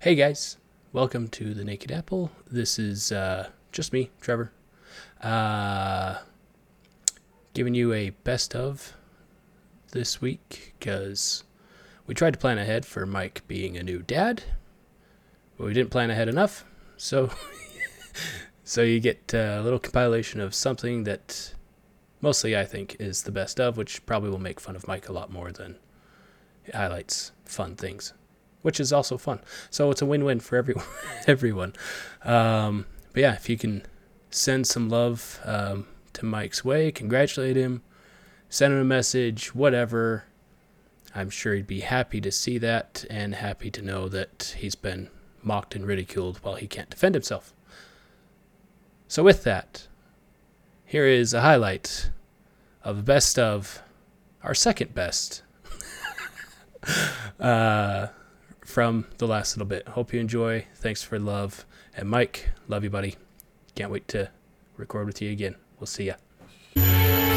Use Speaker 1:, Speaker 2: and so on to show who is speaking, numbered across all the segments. Speaker 1: Hey guys, welcome to the Naked Apple. This is uh, just me, Trevor, uh, giving you a best of this week because we tried to plan ahead for Mike being a new dad, but we didn't plan ahead enough. So, so you get uh, a little compilation of something that mostly I think is the best of, which probably will make fun of Mike a lot more than it highlights fun things, which is also fun. So it's a win-win for everyone. everyone. Um, but yeah, if you can send some love um, to Mike's way, congratulate him, send him a message, whatever. I'm sure he'd be happy to see that and happy to know that he's been mocked and ridiculed while he can't defend himself. So with that, here is a highlight of the best of our second best uh, from the last little bit. Hope you enjoy. Thanks for love. And Mike, love you, buddy. Can't wait to record with you again. We'll see ya.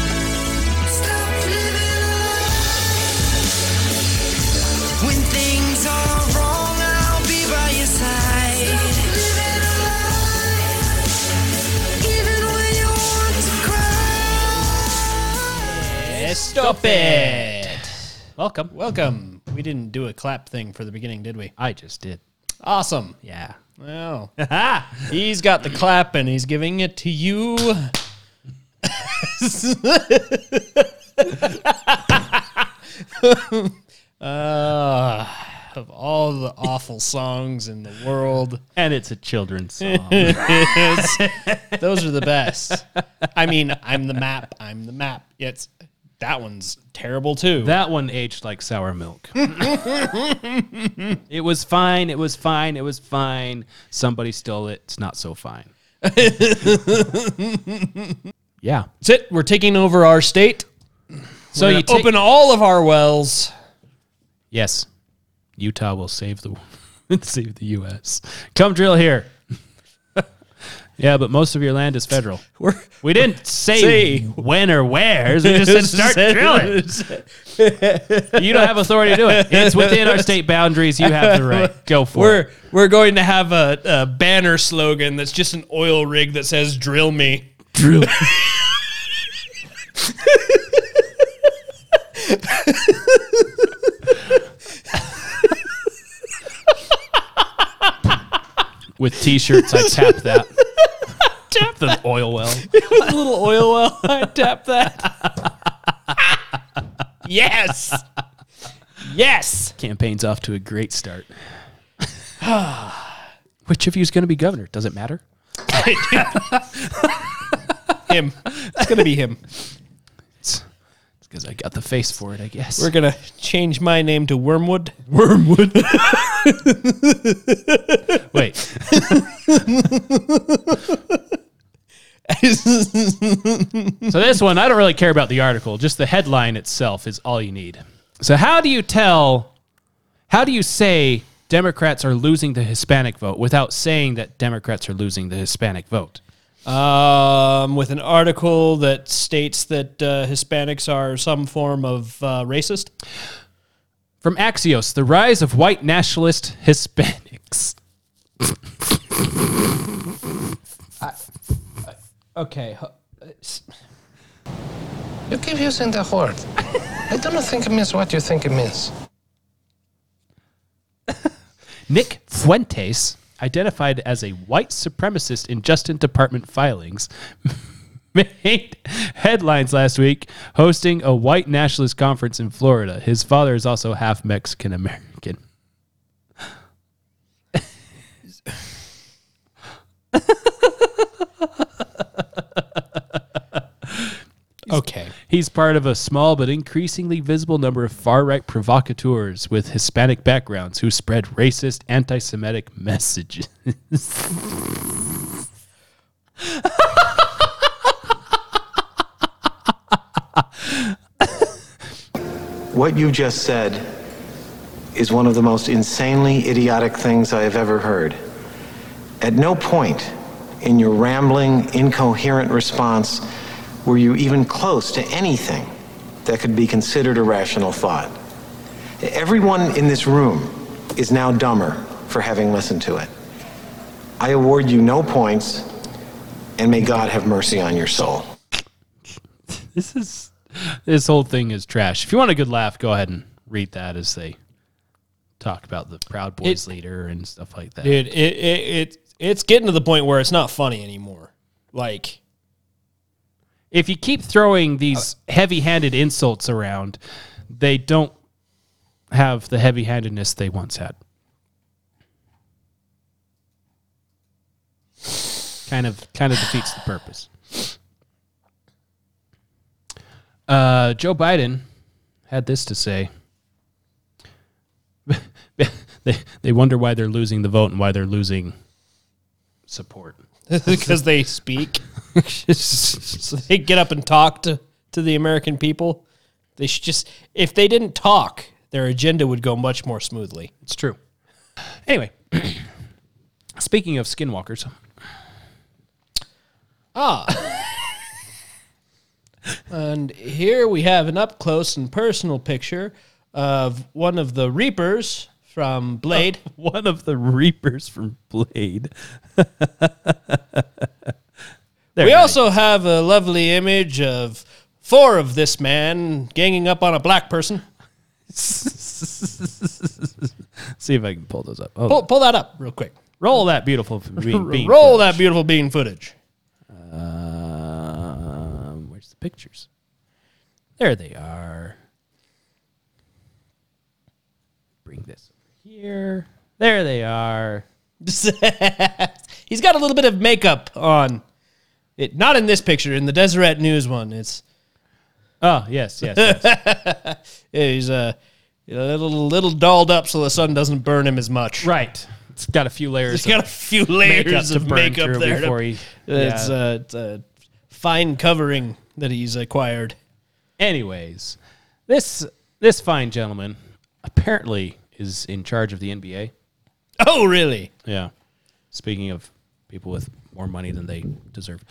Speaker 2: Stop living alive. When things are wrong, I'll be by your side. Stop living alive. Even when you want to cry.
Speaker 3: Stop it! Welcome. Welcome. We didn't do a clap thing for the beginning, did we?
Speaker 4: I just did.
Speaker 3: Awesome.
Speaker 4: Yeah.
Speaker 3: Well, he's got the clap and he's giving it to you. uh, of all the awful songs in the world,
Speaker 4: And it's a children's song.
Speaker 3: those are the best. I mean, I'm the map. I'm the map. It's that one's terrible too.
Speaker 4: that one aged like sour milk. it was fine. It was fine. It was fine. Somebody stole it. It's not so fine. yeah.
Speaker 3: That's it. We're taking over our state.
Speaker 4: So
Speaker 3: We're
Speaker 4: you
Speaker 3: gonna
Speaker 4: take,
Speaker 3: open all of our wells.
Speaker 4: Yes. Utah will save the save the U.S. Come drill here. yeah, but most of your land is federal.
Speaker 3: We're
Speaker 4: We didn't say
Speaker 3: Say.
Speaker 4: when or where's. We just said start drilling. You don't have authority to do it. It's within our state boundaries. You have the right. Go for it.
Speaker 3: We're we're going to have a, a banner slogan that's just an oil rig that says "Drill me."
Speaker 4: Drill. With t-shirts, I tap that. tap the oil well.
Speaker 3: With a little oil well, I tap that. yes, yes.
Speaker 4: Campaign's off to a great start. Which of you is going to be governor? Does it matter?
Speaker 3: Him. It's gonna be him.
Speaker 4: It's because I got the face for it, I guess.
Speaker 3: We're gonna change my name to Wormwood.
Speaker 4: Wormwood. Wait, so this one, I don't really care about the article. Just the headline itself is all you need. So, how do you tell, how do you say Democrats are losing the Hispanic vote without saying that Democrats are losing the Hispanic vote?
Speaker 3: um, with an article that states that uh, Hispanics are some form of uh, racist.
Speaker 4: From Axios, the rise of white nationalist Hispanics.
Speaker 3: Okay.
Speaker 5: You keep using the word. I do not think it means what you think it means.
Speaker 4: Nick Fuentes, identified as a white supremacist in Justice Department filings, made headlines last week hosting a white nationalist conference in Florida. His father is also half Mexican American.
Speaker 3: Okay.
Speaker 4: He's part of a small but increasingly visible number of far right provocateurs with Hispanic backgrounds who spread racist, anti Semitic messages.
Speaker 6: What you just said is one of the most insanely idiotic things I have ever heard. At no point in your rambling, incoherent response were you even close to anything that could be considered a rational thought. Everyone in this room is now dumber for having listened to it. I award you no points, and may God have mercy on your soul.
Speaker 4: This is this whole thing is trash. If you want a good laugh, go ahead and read that as they talk about the Proud Boys leader and stuff like that.
Speaker 3: dude. It, it it it's getting to the point where it's not funny anymore. Like
Speaker 4: If you keep throwing these heavy-handed insults around, they don't have the heavy-handedness they once had. Kind of, kind of defeats the purpose. Uh, Joe Biden had this to say. they they wonder why they're losing the vote and why they're losing support.
Speaker 3: because they speak, so they get up and talk to to the American people. They should just if they didn't talk, their agenda would go much more smoothly.
Speaker 4: It's true. Anyway, speaking of skinwalkers,
Speaker 3: ah. And here we have an up close and personal picture of one of the Reapers from Blade.
Speaker 4: one of the Reapers from Blade. there
Speaker 3: We
Speaker 4: go.
Speaker 3: also have a lovely image of four of this man ganging up on a black person.
Speaker 4: see if I can pull those up. Oh,
Speaker 3: Pull, pull that up real quick.
Speaker 4: roll that beautiful bean. bean
Speaker 3: Roll that beautiful bean footage.
Speaker 4: Um, where's the pictures? There they are. Bring this over here. There they are.
Speaker 3: He's got a little bit of makeup on. It not in this picture, in the Deseret News one. It's
Speaker 4: Oh yes, yes, yes.
Speaker 3: he's uh, a little little dolled up so the sun doesn't burn him as much.
Speaker 4: right. It's got a few layers.
Speaker 3: He's got a few
Speaker 4: makeup
Speaker 3: layers
Speaker 4: to
Speaker 3: of
Speaker 4: burn
Speaker 3: makeup
Speaker 4: through
Speaker 3: there.
Speaker 4: before
Speaker 3: to-
Speaker 4: he-
Speaker 3: It's,
Speaker 4: yeah.
Speaker 3: uh, it's a fine covering that he's acquired.
Speaker 4: Anyways, this this fine gentleman apparently is in charge of the NBA.
Speaker 3: Oh, really?
Speaker 4: Yeah. Speaking of people with more money than they deserve.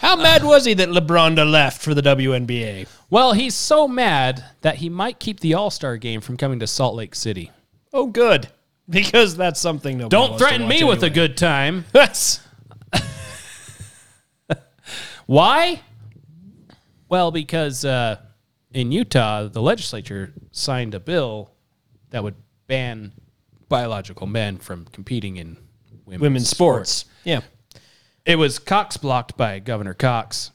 Speaker 3: How mad was he that LeBronda left for the WNBA?
Speaker 4: Well, he's so mad that he might keep the All Star game from coming to Salt Lake City.
Speaker 3: Oh, good, because that's something. Nobody
Speaker 4: Don't
Speaker 3: wants to
Speaker 4: threaten me
Speaker 3: watch
Speaker 4: with a
Speaker 3: anyway.
Speaker 4: good time.
Speaker 3: That's
Speaker 4: Why? Well, because uh, in Utah, the legislature signed a bill that would ban biological men from competing in women's,
Speaker 3: women's sports. Yeah,
Speaker 4: It was Cox blocked by Governor Cox.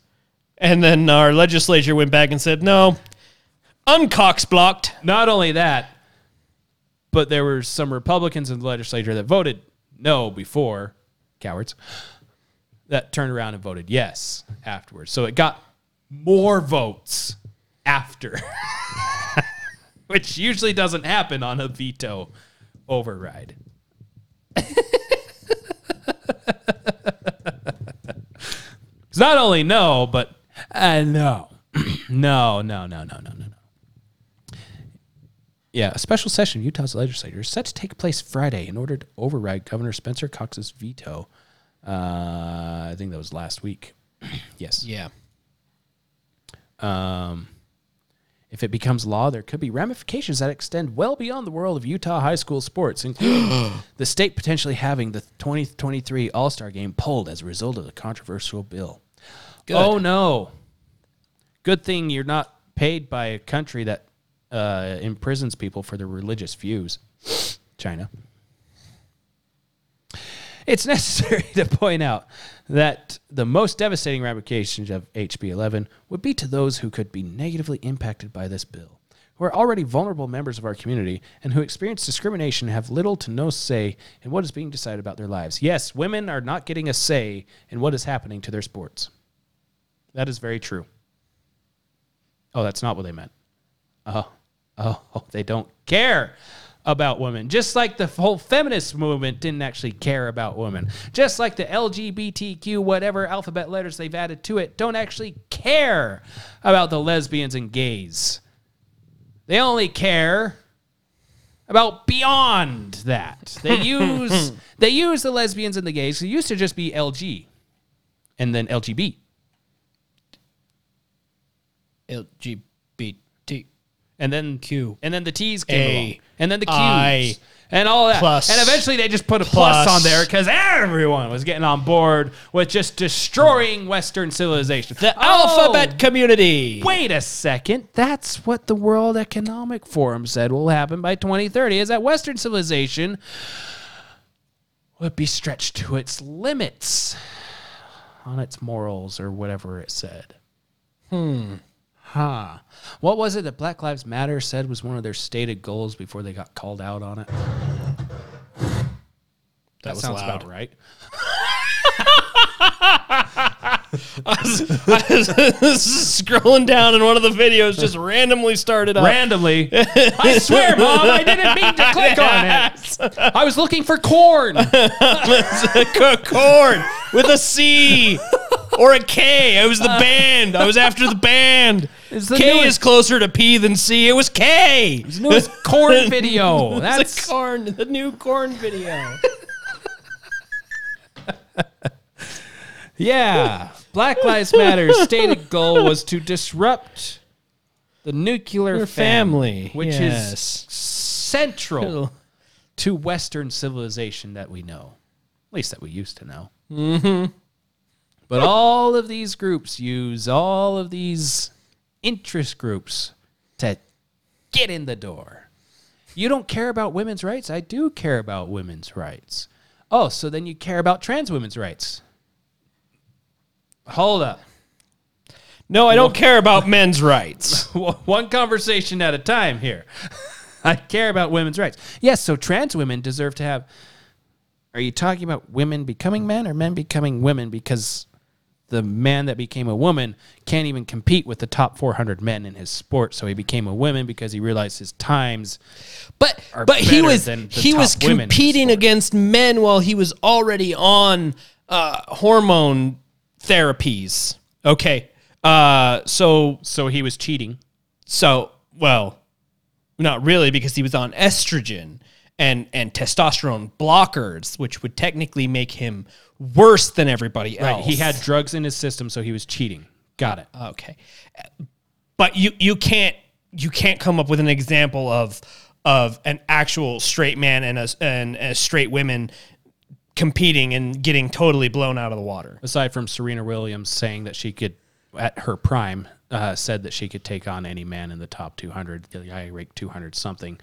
Speaker 3: and then our legislature went back and said no. Uncox blocked.
Speaker 4: Not only that, but there were some Republicans in the legislature that voted no before, cowards, that turned around and voted yes afterwards. So it got more votes after, which usually doesn't happen on a veto override. It's not only no, but uh, no. no, no, no, no, no, no, no. Yeah, a special session of Utah's legislature is set to take place Friday in order to override Governor Spencer Cox's veto. Uh, I think that was last week. yes. Um,
Speaker 3: Yeah,
Speaker 4: If it becomes law, there could be ramifications that extend well beyond the world of Utah high school sports, including the state potentially having the 2023 All Star game pulled as a result of the controversial bill. Oh, no. Good thing you're not paid by a country that uh, imprisons people for their religious views. China. It's necessary to point out that the most devastating ramifications of HB 11 would be to those who could be negatively impacted by this bill, who are already vulnerable members of our community and who experience discrimination and have little to no say in what is being decided about their lives. Yes, women are not getting a say in what is happening to their sports. That is very true. Oh, that's not what they meant. Oh, oh, they don't care about women. Just like the whole feminist movement didn't actually care about women. Just like the LGBTQ, whatever alphabet letters they've added to it, don't actually care about the lesbians and gays. They only care about beyond that. They use they use the lesbians and the gays who used to just be LG and then LGBT,
Speaker 3: LGBTQ.
Speaker 4: and then
Speaker 3: Q.
Speaker 4: and then the T's came
Speaker 3: A.
Speaker 4: along, and then the Q's,
Speaker 3: I.
Speaker 4: and all that.
Speaker 3: Plus.
Speaker 4: and eventually they just put a plus,
Speaker 3: Plus.
Speaker 4: on there because everyone was getting on board with just destroying Western civilization.
Speaker 3: The
Speaker 4: Oh,
Speaker 3: alphabet community.
Speaker 4: Wait a second. That's what the World Economic Forum said will happen by 2030 is that Western civilization would be stretched to its limits on its morals or whatever it said. Hmm. Huh. What was it that Black Lives Matter said was one of their stated goals before they got called out on it? That,
Speaker 3: was
Speaker 4: sounds
Speaker 3: loud.
Speaker 4: about right.
Speaker 3: Scrolling down in one of the videos just randomly started up.
Speaker 4: Randomly. I swear, Mom, I didn't mean to click on it. I was looking for corn.
Speaker 3: C- corn with a C or a K. I was the band. I was after the band.
Speaker 4: the
Speaker 3: K
Speaker 4: newest-
Speaker 3: is closer to P than C. It was K. It was
Speaker 4: newest corn video.
Speaker 3: That's
Speaker 4: That's
Speaker 3: the corn. The new corn video.
Speaker 4: yeah. Black Lives Matter's stated goal was to disrupt the nuclear
Speaker 3: Your
Speaker 4: fam-
Speaker 3: family,
Speaker 4: which is
Speaker 3: yes.
Speaker 4: central to Western civilization that we know, at least that we used to know. Mm-hmm. But all of these groups use all of these interest groups to get in the door. You don't care about women's rights. I do care about women's rights. Oh, so then you care about trans women's rights. Hold up.
Speaker 3: No, I don't care about men's rights.
Speaker 4: one conversation at a time here. I care about women's rights. Yes, so trans women deserve to have. Are you talking about women becoming men or men becoming women? Because the man that became a woman can't even compete with the top 400 men in his sport, so he became a woman because he realized his times.
Speaker 3: But
Speaker 4: Are
Speaker 3: but he
Speaker 4: better
Speaker 3: was
Speaker 4: than the
Speaker 3: he
Speaker 4: top
Speaker 3: was
Speaker 4: women in the
Speaker 3: competing
Speaker 4: sport.
Speaker 3: against men while he was already on uh, hormone therapies. Okay. Uh, so
Speaker 4: So he was cheating.
Speaker 3: So, well, not really because he was on estrogen and and testosterone blockers, which would technically make him worse than everybody
Speaker 4: Right.
Speaker 3: else.
Speaker 4: He had drugs in his system, so he was cheating. Got it.
Speaker 3: okay, but you you can't you can't come up with an example of of an actual straight man and a and a straight women competing and getting totally blown out of the water.
Speaker 4: aside from Serena Williams saying that she could, at her prime, uh, said that she could take on any man in the top 200. The guy ranked 200 something.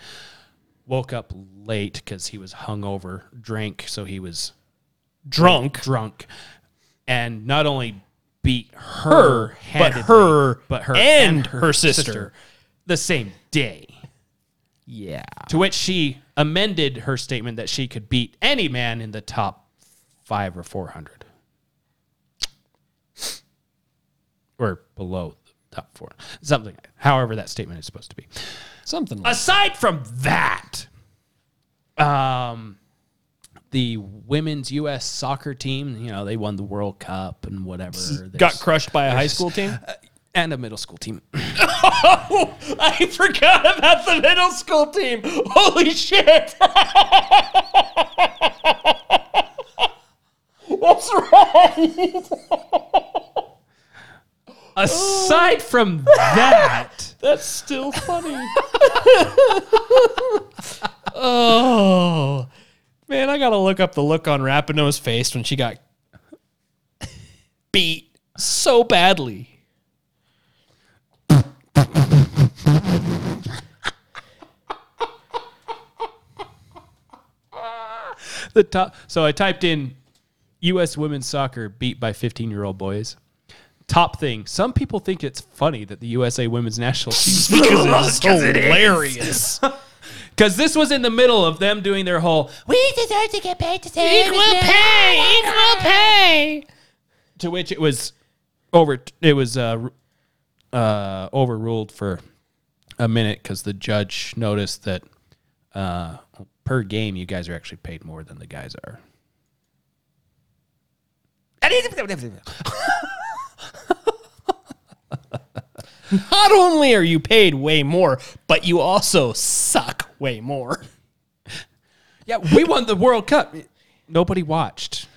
Speaker 4: Woke up late because he was hungover, drank, so he was
Speaker 3: Drunk,
Speaker 4: drunk, and not only beat her,
Speaker 3: Her, but
Speaker 4: handedly,
Speaker 3: her
Speaker 4: but her
Speaker 3: and her sister.
Speaker 4: the same day.
Speaker 3: yeah,
Speaker 4: To which she amended her statement that she could beat any man in the top five or 400 or below the top four, something, however that statement is supposed to be.
Speaker 3: something. like
Speaker 4: Aside from that, um, the women's U.S. soccer team, you know, they won the World Cup and whatever.
Speaker 3: Got
Speaker 4: There's-
Speaker 3: crushed by a high school team.
Speaker 4: and a middle school team.
Speaker 3: Oh, I forgot about the middle school team. Holy shit. That's right. Oh.
Speaker 4: Aside from that.
Speaker 3: That's still funny. oh, Oh, man, I got to look up the look on Rapinoe's face when she got beat so badly.
Speaker 4: the top. So I typed in U.S. women's soccer beat by 15 year old boys. Top thing. Some people think it's funny that the USA women's national team.
Speaker 3: Because it's hilarious.
Speaker 4: Because this was in the middle of them doing their whole, we deserve to get paid the same. Equal pay! Equal pay! To which it was over. It was uh, uh, overruled for a minute because the judge noticed that uh, per game, you guys are actually paid more than the guys are.
Speaker 3: Not only are you paid way more, but you also suck way more.
Speaker 4: Yeah, we won the World Cup. Nobody watched.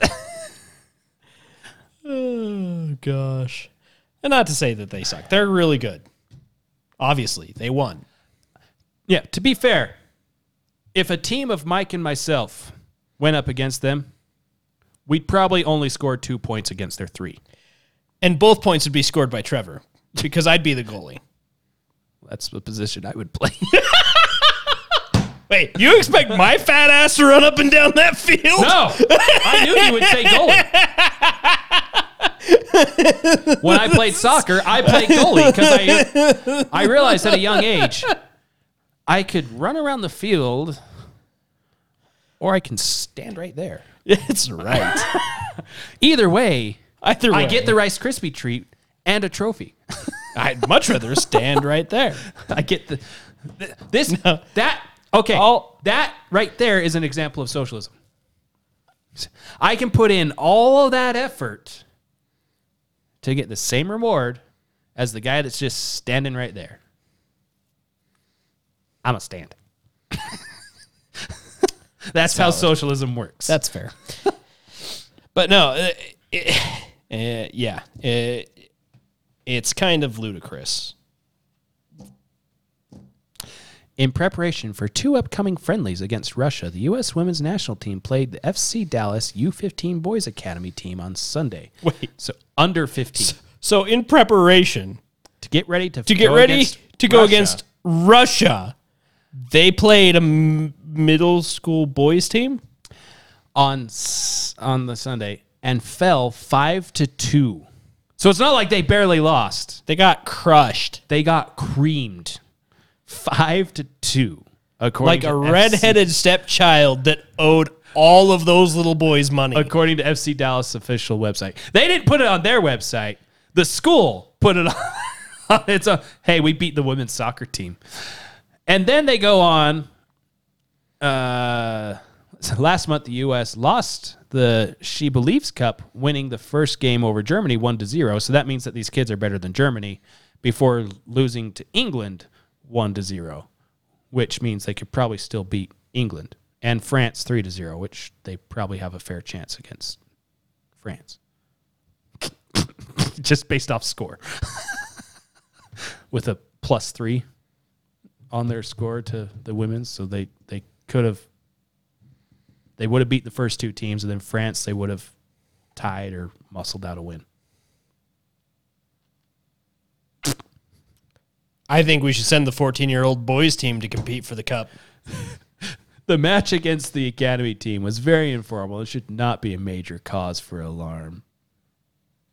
Speaker 3: gosh. And not to say that they suck. They're really good. Obviously, they won.
Speaker 4: Yeah, to be fair, if a team of Mike and myself went up against them, we'd probably only score two points against their three.
Speaker 3: And both points would be scored by Trevor because I'd be the goalie.
Speaker 4: That's the position I would play.
Speaker 3: Wait, you expect my fat ass to run up and down that field?
Speaker 4: no, I knew you would say goalie. When I played soccer, I played goalie because I, I realized at a young age I could run around the field or I can stand right there.
Speaker 3: It's right.
Speaker 4: Either way,
Speaker 3: Either way,
Speaker 4: I get the Rice Krispie treat and a trophy.
Speaker 3: I'd much rather stand right there.
Speaker 4: I get the th- this that okay.
Speaker 3: All-
Speaker 4: that right there is an example of socialism. I can put in all of that effort to get the same reward as the guy that's just standing right there. I'm a stand. that's how socialism works.
Speaker 3: That's fair. but no, uh, it- uh, yeah, it- it's kind of ludicrous.
Speaker 4: In preparation for two upcoming friendlies against Russia, the U.S. women's national team played the FC Dallas U15 Boys Academy team on Sunday.
Speaker 3: Wait.
Speaker 4: so under 15
Speaker 3: So in preparation
Speaker 4: to get ready to
Speaker 3: to get
Speaker 4: go
Speaker 3: ready
Speaker 4: against
Speaker 3: to go
Speaker 4: Russia.
Speaker 3: against Russia, they played a m- middle school boys team.
Speaker 4: on s- on the Sunday and fell five to two. So it's not like they barely lost;
Speaker 3: They got crushed
Speaker 4: they got creamed five to two. According
Speaker 3: like
Speaker 4: to
Speaker 3: a
Speaker 4: FC
Speaker 3: redheaded stepchild that owed all of those little boys money.
Speaker 4: according to FC Dallas official website. They didn't put it on their website. The school put it on. on its own. hey, we beat the women's soccer team, and then they go on. Uh, so last month, the U.S. lost the She Believes Cup, winning the first game over Germany one to zero. So that means that these kids are better than Germany before losing to England one to zero, which means they could probably still beat England and France three to zero, which they probably have a fair chance against France, just based off score, with a plus three on their score to the women's, so they they could have they would have beat the first two teams, and then France they would have tied or muscled out a win.
Speaker 3: I think we should send the 14 year old boys team to compete for the cup.
Speaker 4: The match against the academy team was very informal and should not be a major cause for alarm,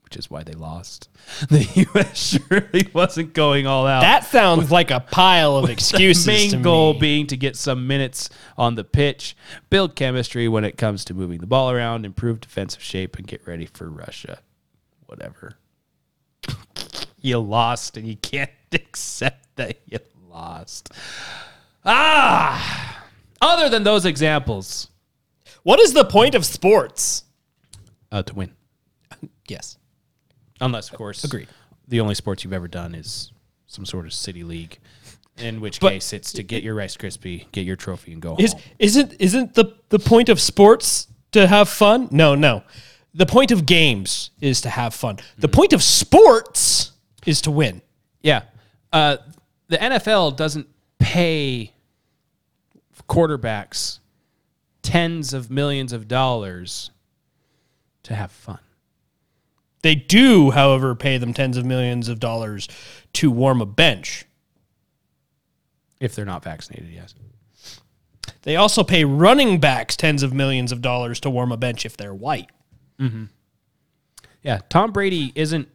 Speaker 4: which is why they lost. The U.S. surely wasn't going all out.
Speaker 3: That sounds like a pile of excuses.
Speaker 4: main
Speaker 3: to
Speaker 4: goal
Speaker 3: me.
Speaker 4: being to get some minutes on the pitch, build chemistry when it comes to moving the ball around, improve defensive shape, and get ready for Russia. Whatever. you lost, and you can't accept that you lost. Ah! Other than those examples,
Speaker 3: What is the point of sports?
Speaker 4: uh, to win.
Speaker 3: Yes.
Speaker 4: Unless, of course,
Speaker 3: Agreed.
Speaker 4: the only sports you've ever done is some sort of city league, in which
Speaker 3: But-
Speaker 4: case it's to get your Rice Krispie, get your trophy, and go
Speaker 3: Is
Speaker 4: home.
Speaker 3: isn't isn't the the point of sports to have fun? No, no. The point of games is to have fun. The point of sports is to win.
Speaker 4: Yeah. Uh, the NFL doesn't pay quarterbacks tens of millions of dollars to have fun.
Speaker 3: They do, however, pay them tens of millions of dollars to warm a bench.
Speaker 4: If they're not vaccinated, yes.
Speaker 3: They also pay running backs tens of millions of dollars to warm a bench if they're white.
Speaker 4: Yeah. Tom Brady isn't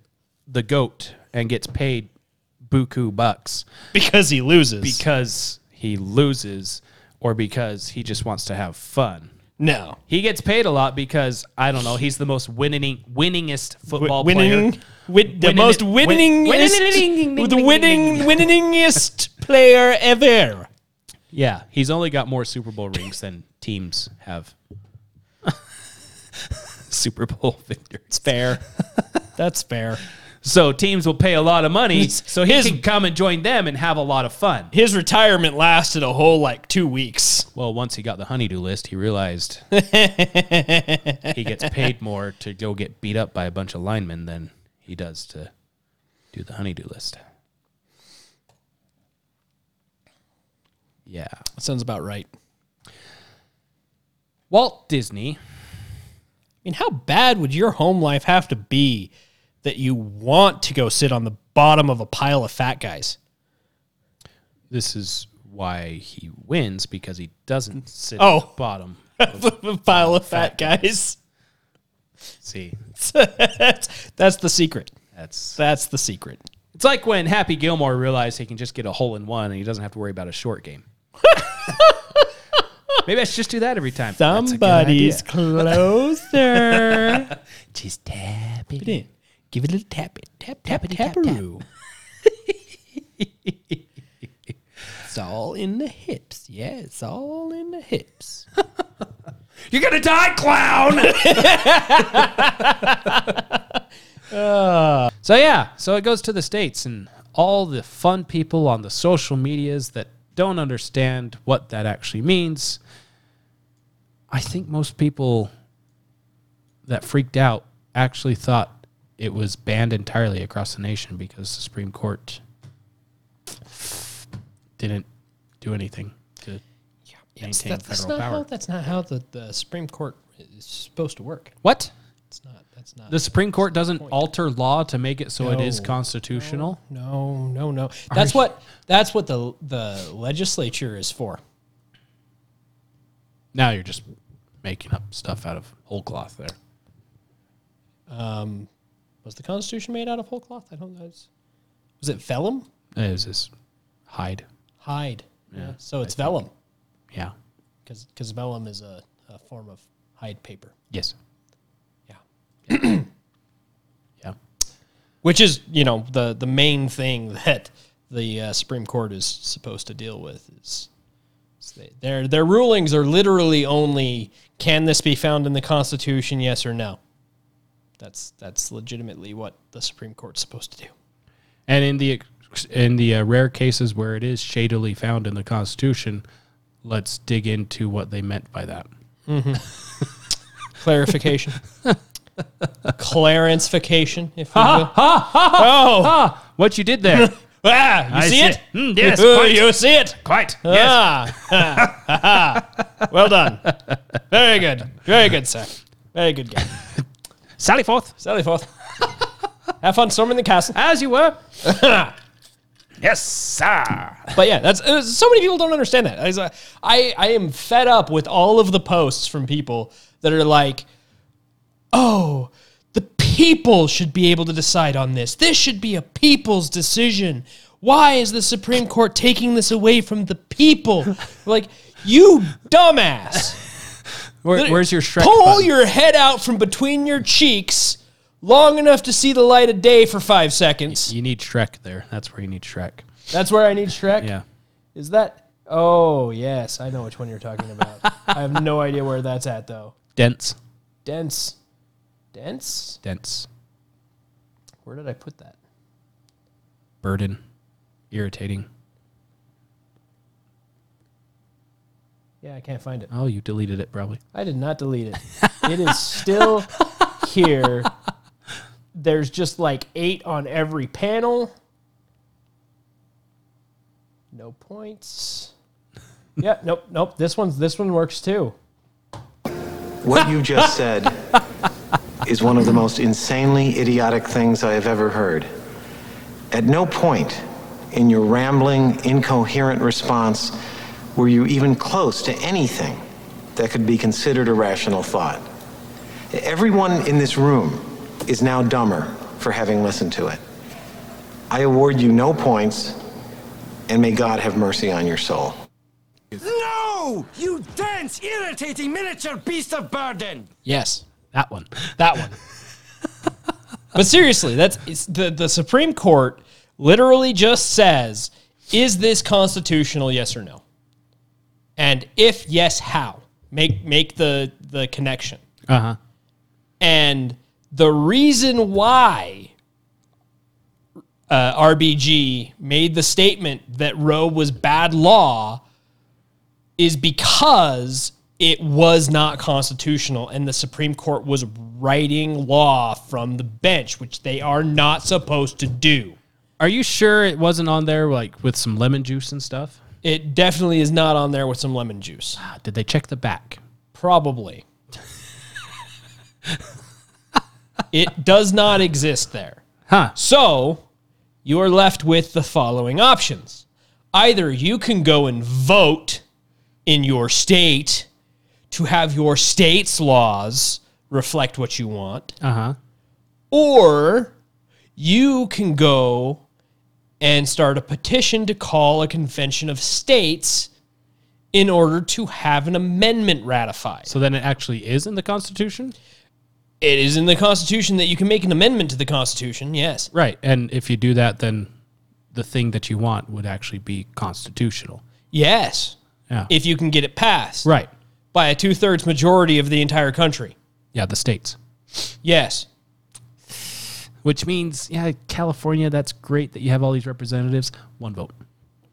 Speaker 4: the GOAT and gets paid buku bucks
Speaker 3: Because he loses.
Speaker 4: because he loses or because he just wants to have fun.
Speaker 3: no.
Speaker 4: He gets paid a lot because I don't know, he's the most winning winningest football
Speaker 3: winning
Speaker 4: player.
Speaker 3: Win, the
Speaker 4: Winning-
Speaker 3: most
Speaker 4: win-
Speaker 3: winningest,
Speaker 4: winning-
Speaker 3: the winning winningest player ever.
Speaker 4: Yeah, he's only got more Super Bowl rings than teams have. Super Bowl victors.
Speaker 3: Fair. That's fair.
Speaker 4: So teams will pay a lot of money,
Speaker 3: His-
Speaker 4: so he
Speaker 3: his-
Speaker 4: can come and join them and have a lot of fun.
Speaker 3: His retirement lasted a whole like two weeks.
Speaker 4: Well, once he got the honeydew list, he realized he gets paid more to go get beat up by a bunch of linemen than he does to do the honeydew list. Yeah.
Speaker 3: That sounds about right. I
Speaker 4: Walt Disney.
Speaker 7: mean, how bad would your home life have to be that you want to go sit on the bottom of a pile of fat guys?
Speaker 4: This is why he wins because he doesn't sit
Speaker 7: Oh.
Speaker 4: at the bottom.
Speaker 7: a pile of fat guys.
Speaker 4: See,
Speaker 7: that's, that's the secret.
Speaker 4: that's
Speaker 7: That's the secret.
Speaker 4: it's like when Happy Gilmore realized he can just get a hole in one and he doesn't have to worry about a short game. Maybe I should just do that every time. That's a good
Speaker 7: Somebody's
Speaker 4: idea.
Speaker 7: closer.
Speaker 4: just tap
Speaker 7: Put it in. Give it a little tap it. Tap, tap, it, tap, tap. it's all in the hips. Yeah, it's all in the hips.
Speaker 4: You're gonna die, clown. so yeah, so it goes to the states and all the fun people on the social medias that don't understand what that actually means. I think most people that freaked out actually thought it was banned entirely across the nation because the Supreme Court didn't do anything to maintain
Speaker 3: that's
Speaker 4: federal
Speaker 3: not
Speaker 4: power.
Speaker 3: how that's not how the, the Supreme Court is supposed to work.
Speaker 4: what?
Speaker 3: It's not. That's not.
Speaker 4: The Supreme Court doesn't alter law to make it so it is
Speaker 3: No.
Speaker 4: constitutional.
Speaker 3: no, no, no. That's what. That's what the the legislature is for.
Speaker 4: Now you're just making up stuff out of whole cloth there.
Speaker 3: Was the Constitution made out of whole cloth? I don't know. It's- Was it vellum?
Speaker 4: It was just hide.
Speaker 3: Hide. Yeah. So it's vellum
Speaker 4: Yeah.
Speaker 3: because vellum is a, a form of hide paper.
Speaker 4: Yes.
Speaker 3: Yeah.
Speaker 4: Yeah.
Speaker 3: Which is, you know, the the main thing that the uh, Supreme Court is supposed to deal with is, is they, their their rulings are literally only can this be found in the Constitution, yes or no. That's that's legitimately what the Supreme Court's supposed to do.
Speaker 4: And in the ex- in the uh, rare cases where it is shadily found in the Constitution, let's dig into what they meant by that.
Speaker 3: Clarification. Clarencification, if you will. Oh,
Speaker 4: What you did there?
Speaker 3: Ah, you see it?
Speaker 4: Mm, yes.
Speaker 3: Oh,
Speaker 4: Quite.
Speaker 3: you see it?
Speaker 4: quite. Yes.
Speaker 3: Ah, ah, well done. Very good. Very good, sir. Very good game.
Speaker 4: Sally forth
Speaker 3: Sally forth. Have fun storming the castle.
Speaker 4: as you were. yes, sir.
Speaker 3: But yeah, that's uh, so many people don't understand that. As I, I I am fed up with all of the posts from people that are like, "Oh, the people should be able to decide on this. This should be a people's decision. Why is the Supreme Court taking this away from the people?" like, you dumbass.
Speaker 4: Where, where's your Shrek?
Speaker 3: Pull
Speaker 4: button?
Speaker 3: your head out from between your cheeks long enough to see the light of day for five seconds.
Speaker 4: You need Shrek there. That's where you need Shrek.
Speaker 3: That's where I need Shrek.
Speaker 4: Yeah.
Speaker 3: Is that? Oh yes, I know which one you're talking about. I have no idea where that's at though.
Speaker 4: Dense.
Speaker 3: Dense, dense.
Speaker 4: Dense.
Speaker 3: Where did I put that?
Speaker 4: Burden. Irritating.
Speaker 3: Yeah, I can't find it.
Speaker 4: Oh, you deleted it probably.
Speaker 3: I did not delete it. It is still here. There's just like eight on every panel. No points. Yeah, nope, nope. This one's this one works too.
Speaker 6: What you just said is one of the most insanely idiotic things I have ever heard. At no point in your rambling, incoherent response were you even close to anything that could be considered a rational thought. Everyone in this room is now dumber for having listened to it. I award you no points, and may God have mercy on your soul.
Speaker 8: No! You dense, irritating miniature beast of burden!
Speaker 3: Yes.
Speaker 4: That one.
Speaker 3: That one. but seriously, that's it's the the Supreme Court literally just says, "Is this constitutional? Yes or no?" And if yes, how? Make make the the connection.
Speaker 4: Uh huh.
Speaker 3: And the reason why uh, RBG made the statement that Roe was bad law is because it was not constitutional and the Supreme Court was writing law from the bench, which they are not supposed to do.
Speaker 4: Are you sure it wasn't on there like with some lemon juice and stuff?
Speaker 3: It definitely is not on there with some lemon juice.
Speaker 4: Ah, Did they check the back?
Speaker 3: Probably. it does not exist there.
Speaker 4: Huh.
Speaker 3: So you are left with the following options. Either you can go and vote in your state to have your state's laws reflect what you want.
Speaker 4: Uh huh.
Speaker 3: Or you can go and start a petition to call a convention of states in order to have an amendment ratified.
Speaker 4: So then it actually is in the Constitution,
Speaker 3: It is in the Constitution that you can make an amendment to the Constitution, yes.
Speaker 4: right? And if you do that, then the thing that you want would actually be constitutional.
Speaker 3: Yes.
Speaker 4: Yeah.
Speaker 3: If you can get it passed
Speaker 4: right.
Speaker 3: by a two thirds majority of the entire country.
Speaker 4: Yeah, the states.
Speaker 3: Yes.
Speaker 4: Which means, yeah, California. That's great that you have all these representatives. One vote.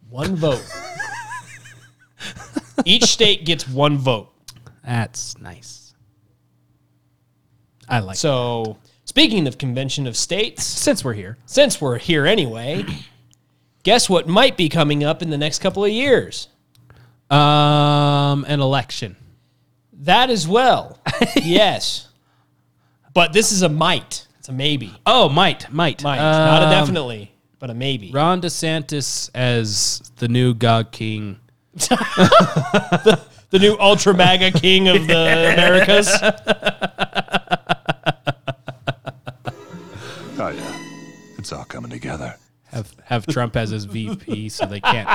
Speaker 3: One vote. Each state gets one vote.
Speaker 4: That's nice. I like. So
Speaker 3: So, speaking of convention of states,
Speaker 4: since we're here,
Speaker 3: since we're here anyway, guess what might be coming up in the next couple of years?
Speaker 4: um, an election.
Speaker 3: That as well. yes. But this is a might. It's a maybe.
Speaker 4: Oh, might, might,
Speaker 3: Might. Not a
Speaker 4: Um,
Speaker 3: definitely, but a maybe.
Speaker 4: Ron DeSantis as the new God King.
Speaker 3: The new ultra MAGA king of the Americas.
Speaker 9: Oh, yeah. It's all coming together.
Speaker 4: Have have Trump as his VP, so they can't.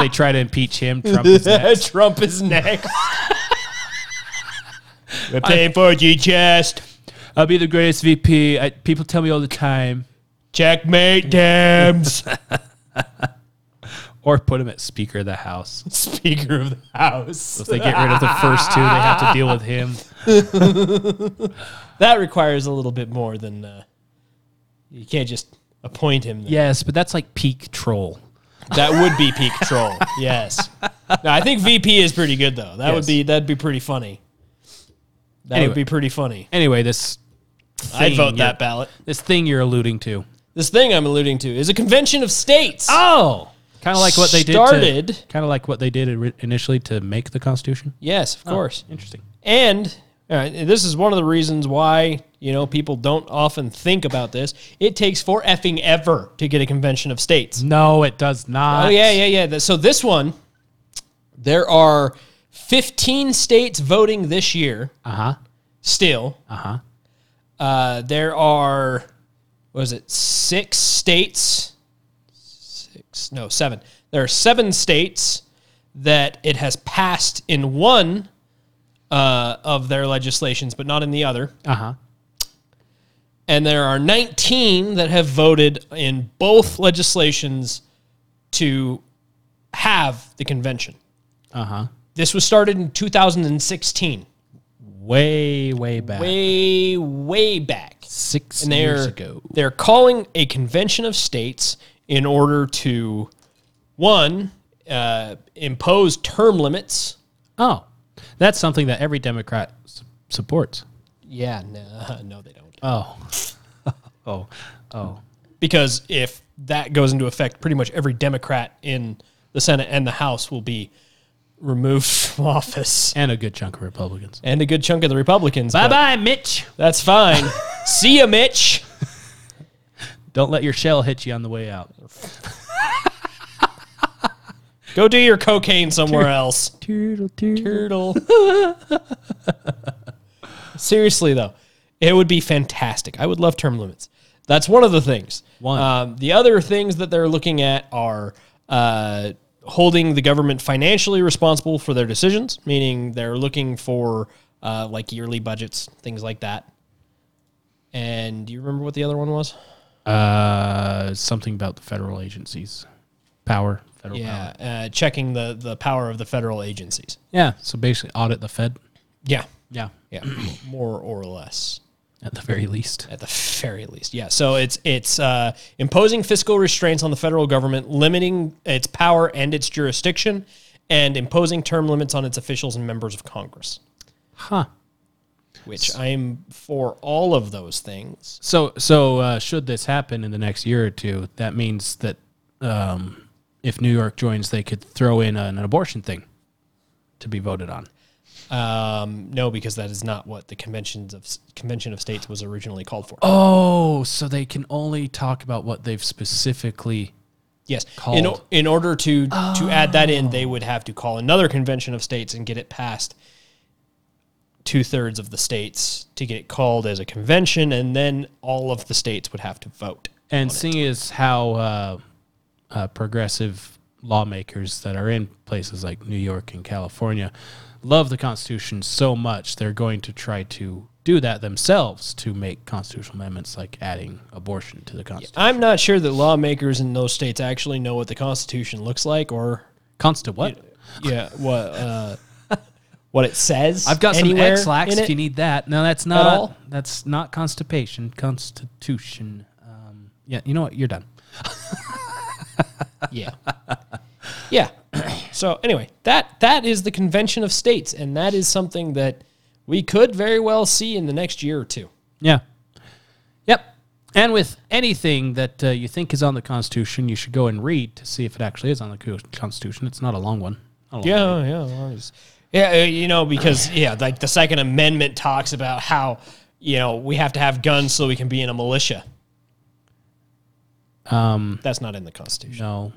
Speaker 4: They try to impeach him. Trump is next.
Speaker 3: Trump is next. We're paying for you, chest.
Speaker 4: I'll be the greatest VP. I, people tell me all the time,
Speaker 3: Checkmate, Dems.
Speaker 4: or put him at Speaker of the House.
Speaker 3: Speaker of the House.
Speaker 4: If they get rid of the first two, they have to deal with him.
Speaker 3: That requires a little bit more than uh, you can't just appoint him. There.
Speaker 4: Yes, but that's like peak troll.
Speaker 3: That would be peak troll. Yes. No, I think VP is pretty good though. That would
Speaker 4: Yes.
Speaker 3: be that'd be pretty funny. That
Speaker 4: Anyway.
Speaker 3: would be pretty funny.
Speaker 4: Anyway, this
Speaker 3: I'd
Speaker 4: thing
Speaker 3: vote that
Speaker 4: you're-
Speaker 3: ballot.
Speaker 4: this thing you're alluding to.
Speaker 3: This thing I'm alluding to is a convention of states.
Speaker 4: Oh, kind of like what they did.
Speaker 3: Started.
Speaker 4: Kind of like what they did ori- initially to make the Constitution.
Speaker 3: Yes, of course.
Speaker 4: Interesting.
Speaker 3: And uh, this is one of the reasons why you know people don't often think about this. It takes for effing ever to get a convention of states.
Speaker 4: No, it does not.
Speaker 3: Oh yeah, yeah, yeah. Th- So this one, there are 15 states voting this year. Uh huh. Still. Uh-huh. There are, was it six states? Six? No, seven. There are seven states that it has passed in one uh, of their legislations, but not in the other.
Speaker 4: Uh huh.
Speaker 3: And there are 19 that have voted in both legislations to have the convention.
Speaker 4: Uh huh.
Speaker 3: This was started in 2016,
Speaker 4: Way, way back.
Speaker 3: way, way back.
Speaker 4: Six
Speaker 3: And
Speaker 4: years
Speaker 3: they're,
Speaker 4: ago.
Speaker 3: they're calling a convention of states in order to, one, uh, impose term limits.
Speaker 4: Oh, that's something that every Democrat s- supports.
Speaker 3: Yeah, no, no, they don't.
Speaker 4: Oh. oh. Oh.
Speaker 3: because if that goes into effect, pretty much every Democrat in the Senate and the House will be removed from office,
Speaker 4: And a good chunk of Republicans.
Speaker 3: and a good chunk of the Republicans.
Speaker 4: Bye
Speaker 3: but
Speaker 4: bye, Mitch.
Speaker 3: That's fine. See ya, Mitch.
Speaker 4: Don't let your shell hit you on the way out.
Speaker 3: Go do your cocaine somewhere else. Turtle. Seriously though, it would be fantastic. I would love term limits. That's one of the things.
Speaker 4: One.
Speaker 3: Um, the other things that they're looking at are uh, holding the government financially responsible for their decisions, meaning they're looking for uh, like yearly budgets, things like that. And do you remember what the other one was?
Speaker 4: Uh, something about the federal agencies. Power. Federal
Speaker 3: Yeah,
Speaker 4: power.
Speaker 3: uh, checking the the power of the federal agencies.
Speaker 4: Yeah. So basically, audit the Fed.
Speaker 3: Yeah,
Speaker 4: Yeah.
Speaker 3: yeah, more or less.
Speaker 4: At the very least.
Speaker 3: at the very least. Yeah. So it's it's uh, imposing fiscal restraints on the federal government, limiting its power and its jurisdiction, and imposing term limits on its officials and members of Congress.
Speaker 4: Huh.
Speaker 3: Which I am for all of those things.
Speaker 4: So, so uh, should this happen in the next year or two, that means that um, if New York joins, they could throw in an abortion thing to be voted on.
Speaker 3: Um, no, because that is not what the conventions of Convention of States was originally called for.
Speaker 4: Oh, so they can only talk about what they've specifically.
Speaker 3: Yes. In,
Speaker 4: Called. Oh.
Speaker 3: in order to to add that in, they would have to call another convention of states and get it passed two thirds of the states to get it called as a convention, and then all of the states would have to vote.
Speaker 4: And seeing as how uh, uh, progressive lawmakers that are in places like New York and California love the Constitution so much, they're going to try to do that themselves to make constitutional amendments like adding abortion to the Constitution.
Speaker 3: I'm not sure that lawmakers in those states actually know what the Constitution looks like, or
Speaker 4: Consta what?
Speaker 3: yeah, what uh, what it says.
Speaker 4: I've got some
Speaker 3: anywhere
Speaker 4: X-Lax
Speaker 3: in
Speaker 4: if
Speaker 3: it.
Speaker 4: you need that. No, that's not
Speaker 3: all?
Speaker 4: That's not constipation. Constitution. Um, yeah, you know what? You're done.
Speaker 3: Yeah. Yeah. So anyway, that that is the convention of states and that is something that we could very well see in the next year or two.
Speaker 4: Yeah. Yep. And with anything that uh, you think is on the Constitution, you should go and read to see if it actually is on the co- Constitution. It's not a long one. Not a long one.
Speaker 3: Yeah, yeah. well, it's- Yeah, uh, you know because yeah, like the second amendment talks about how, you know, we have to have guns so we can be in a militia. Um that's not in the constitution.
Speaker 4: No,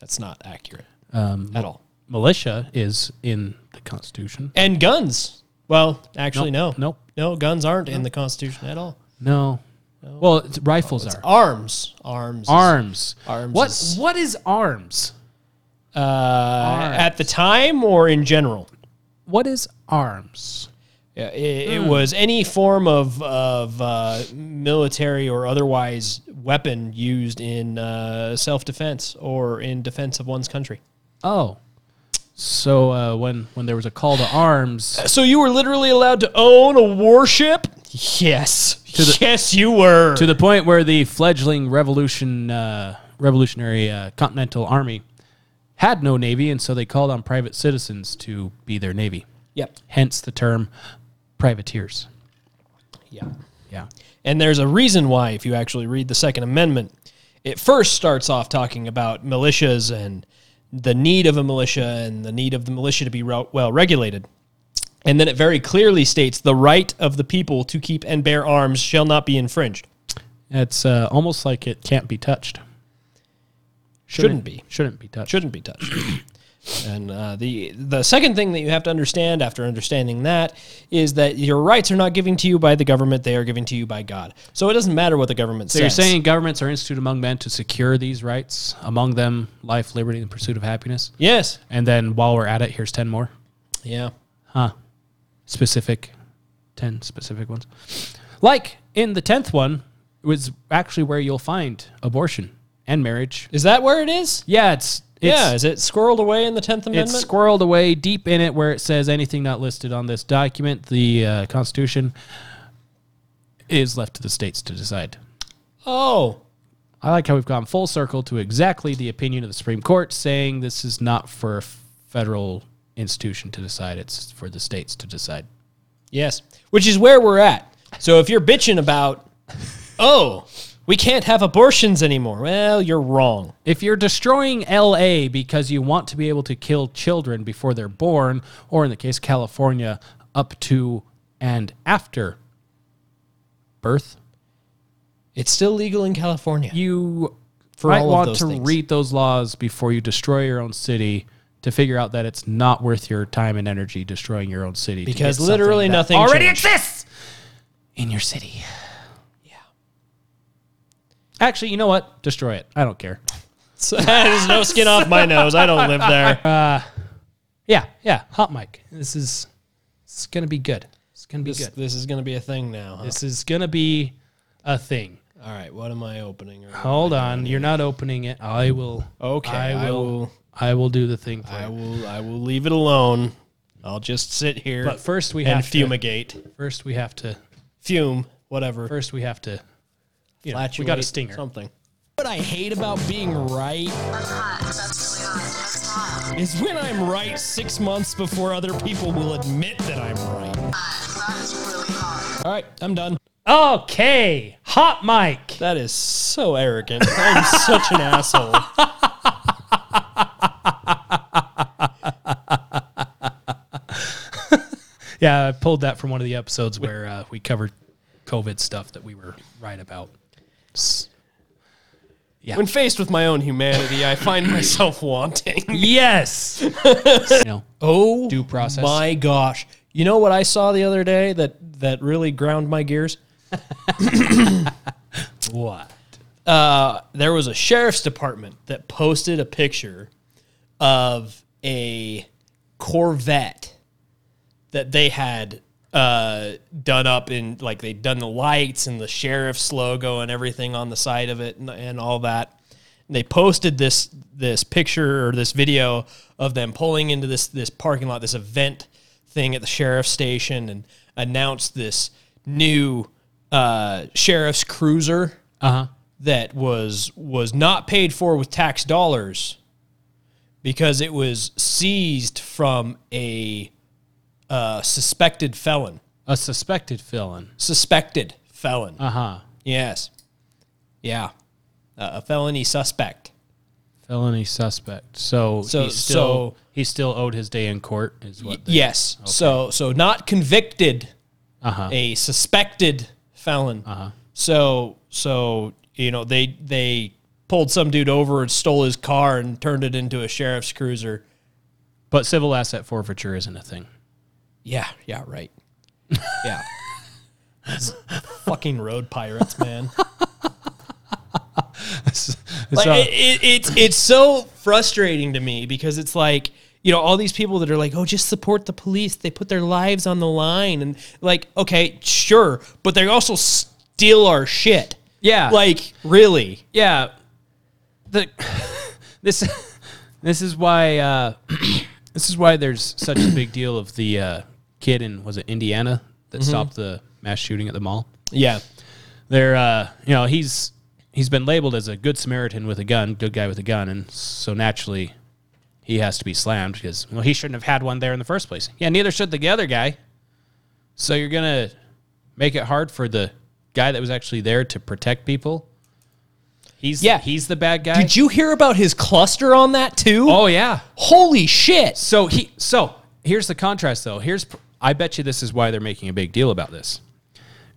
Speaker 3: That's not accurate. at all.
Speaker 4: militia is in the Constitution.
Speaker 3: And guns. Well, actually
Speaker 4: Nope,
Speaker 3: no.
Speaker 4: nope.
Speaker 3: No, guns aren't in the constitution at all.
Speaker 4: No. Well, it's, rifles are
Speaker 3: Arms, arms. is-
Speaker 4: arms.
Speaker 3: Oh, Arms
Speaker 4: What?
Speaker 3: is-
Speaker 4: What is arms?
Speaker 3: Uh, at the time or in general?
Speaker 4: What is arms?
Speaker 3: Yeah, it, it was any form of, of uh, military or otherwise weapon used in uh, self defense or in defense of one's country.
Speaker 4: Oh. So uh, when when there was a call to arms,
Speaker 3: So you were literally allowed to own a warship? Yes.
Speaker 4: the-
Speaker 3: yes, you were.
Speaker 4: to the point where the fledgling revolution uh, revolutionary uh, continental army had no navy, and so they called on private citizens to be their navy.
Speaker 3: yep.
Speaker 4: Hence the term privateers.
Speaker 3: Yeah.
Speaker 4: Yeah.
Speaker 3: And there's a reason why, if you actually read the Second Amendment, it first starts off talking about militias and the need of a militia and the need of the militia to be re- well regulated. And then it very clearly states the right of the people to keep and bear arms shall not be infringed.
Speaker 4: It's uh, almost like it can't be touched.
Speaker 3: Shouldn't be.
Speaker 4: Shouldn't be touched.
Speaker 3: Shouldn't be touched. and uh, the the second thing that you have to understand after understanding that is that your rights are not given to you by the government; they are given to you by God. So it doesn't matter what the government
Speaker 4: So
Speaker 3: says.
Speaker 4: you're saying governments are instituted among men to secure these rights, among them life, liberty, and pursuit of happiness.
Speaker 3: yes?
Speaker 4: And then while we're at it, here's ten more.
Speaker 3: Yeah.
Speaker 4: specific 10 specific ones like in the 10th one was actually where you'll find abortion and marriage
Speaker 3: Is that where it is?
Speaker 4: yeah it's it's,
Speaker 3: yeah, is it squirreled away in the Tenth Amendment?
Speaker 4: it's squirreled away deep in it where it says anything not listed on this document the uh, constitution is left to the states to decide
Speaker 3: oh,
Speaker 4: i like how we've gone full circle to exactly the opinion of the supreme court saying this is not for a federal institution to decide it's for the states to decide
Speaker 3: yes, which is where we're at. So if you're bitching about, oh, we can't have abortions anymore, well, you're wrong.
Speaker 4: If you're destroying LA because you want to be able to kill children before they're born, or in the case of California, up to and after birth,
Speaker 3: It's still legal in California.
Speaker 4: you
Speaker 3: For
Speaker 4: might
Speaker 3: all of
Speaker 4: want
Speaker 3: those
Speaker 4: to
Speaker 3: things.
Speaker 4: read those laws before you destroy your own city to figure out that it's not worth your time and energy destroying your own city to
Speaker 3: because
Speaker 4: get something
Speaker 3: literally
Speaker 4: that
Speaker 3: nothing
Speaker 4: already
Speaker 3: changed.
Speaker 4: exists in your city. Yeah. Actually, you know what? Destroy it. I don't care.
Speaker 3: There's no skin off my nose. I don't live there.
Speaker 4: Yeah, yeah. Hot mic. This is it's gonna be good. It's gonna be
Speaker 3: This,
Speaker 4: good.
Speaker 3: this is going to be a thing now. huh?
Speaker 4: This is gonna be a thing.
Speaker 3: All right, what am I opening? right now?
Speaker 4: Hold on, you're not opening it. I will.
Speaker 3: Okay,
Speaker 4: I
Speaker 3: I
Speaker 4: will.
Speaker 3: will-
Speaker 4: I will do the thing for
Speaker 3: I
Speaker 4: you.
Speaker 3: will. I will leave it alone. I'll just sit here
Speaker 4: But first we
Speaker 3: and
Speaker 4: have
Speaker 3: fumigate,
Speaker 4: to. First we have to.
Speaker 3: fume, whatever.
Speaker 4: First we have to. You know, we
Speaker 3: flatulate,
Speaker 4: got a stinger.
Speaker 3: Something. What I hate about being right
Speaker 2: That's hot. That's really hot. That's hot.
Speaker 3: is when I'm right six months before other people will admit that I'm right. All right, I'm done.
Speaker 7: Okay, hot mic.
Speaker 3: That is so arrogant. I'm such an asshole.
Speaker 1: Yeah, I pulled that from one of the episodes where uh, we covered COVID stuff that we were right about. S-
Speaker 3: When faced with my own humanity, I find myself wanting.
Speaker 7: Yes.
Speaker 1: You know,
Speaker 3: Oh,
Speaker 1: Due process.
Speaker 3: My gosh, you know what I saw the other day that that really ground my gears.
Speaker 1: what?
Speaker 3: there was a sheriff's department that posted a picture of a Corvette that they had uh, done up in, like they'd done the lights and the sheriff's logo and everything on the side of it and, and all that. And they posted this this picture or this video of them pulling into this this parking lot, this event thing at the sheriff's station, and announced this new uh, sheriff's cruiser
Speaker 4: Uh-huh.
Speaker 3: that was was not paid for with tax dollars because it was seized from a uh, suspected felon.
Speaker 4: A suspected felon.
Speaker 3: Suspected felon.
Speaker 4: Uh huh.
Speaker 3: Yes. Yeah. Uh, a felony suspect.
Speaker 4: Felony suspect. So,
Speaker 3: So-
Speaker 4: he still
Speaker 3: so-
Speaker 4: he still owed his day in court. Is what? They,
Speaker 3: yes. So so not convicted.
Speaker 4: Uh-huh.
Speaker 3: A suspected felon. Uh-huh. So so you know they they pulled some dude over and stole his car and turned it into a sheriff's cruiser.
Speaker 4: But civil asset forfeiture isn't a thing.
Speaker 3: Yeah, yeah, right. Yeah. These fucking road pirates, man. like,
Speaker 4: So-
Speaker 3: it, it, it's it's so frustrating to me because it's like you know all these people that are like, oh, just support the police. They put their lives on the line, and like, okay, sure, but they also steal our shit.
Speaker 4: Yeah.
Speaker 3: Like, really?
Speaker 4: yeah the this this is why uh, this is why there's such a big deal of the uh, kid in was it Indiana that stopped the mass shooting at the mall.
Speaker 3: Yeah.
Speaker 4: They're uh, you know he's he's been labeled as a good Samaritan with a gun, good guy with a gun, and so naturally he has to be slammed because well he shouldn't have had one there in the first place. Yeah, neither should the other guy. So you're gonna make it hard for the guy that was actually there to protect people. He's
Speaker 3: Yeah.
Speaker 4: he's the bad guy.
Speaker 3: Did you hear about his cluster on that too?
Speaker 4: Oh yeah.
Speaker 3: Holy shit!
Speaker 4: So he so here's the contrast though. Here's I bet you this is why they're making a big deal about this.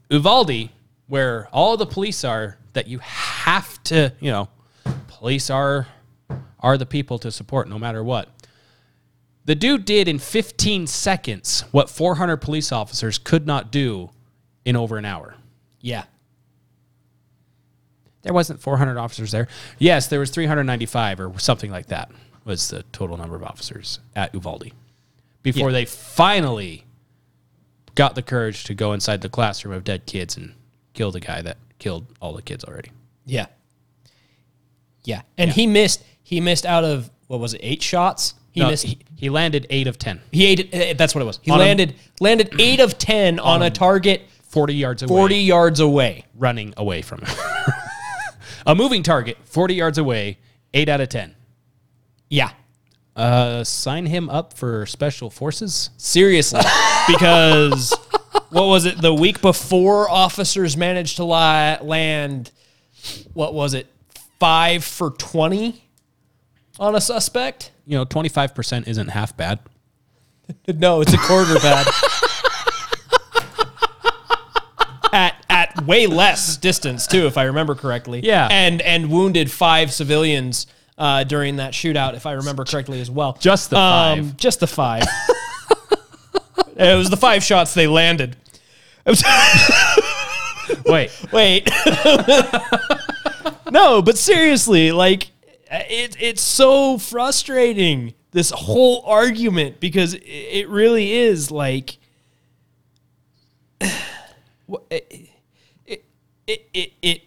Speaker 4: Uvalde, where all the police are that you have to, you know, police are are the people to support no matter what. The dude did in 15 seconds what 400 police officers could not do in over an hour.
Speaker 3: Yeah.
Speaker 4: There wasn't 400 officers there. Yes, there was 395 or something like that was the total number of officers at Uvalde before they finally got the courage to go inside the classroom of dead kids and kill the guy that killed all the kids already.
Speaker 3: Yeah. Yeah. And he missed he missed out of what was it, eight shots? He
Speaker 4: No,
Speaker 3: missed
Speaker 4: he,
Speaker 3: he,
Speaker 4: he landed 8 of 10,
Speaker 3: ate eh, that's what it was. He
Speaker 4: On a-
Speaker 3: landed landed eight of ten on, a target
Speaker 4: 40 yards away,
Speaker 3: forty yards away.
Speaker 4: running away from him. A moving target, 40 yards away, 8 out of 10.
Speaker 3: Yeah.
Speaker 4: Uh, sign him up for special forces?
Speaker 3: Seriously. because what was it? The week before officers managed to lie, land what was it? Five for twenty on a suspect?
Speaker 4: You know, 25% isn't half bad.
Speaker 3: No, it's a quarter pad. at at way less distance too, if I remember correctly.
Speaker 4: Yeah.
Speaker 3: and and wounded five civilians uh, during that shootout, if I remember correctly as well. Um,
Speaker 4: Just the five.
Speaker 3: just the five. it was the five shots they landed.
Speaker 4: Wait.
Speaker 3: Wait. no, but seriously, like it, it's so frustrating this whole argument because it, it really is like Wha- it, it, it, it, it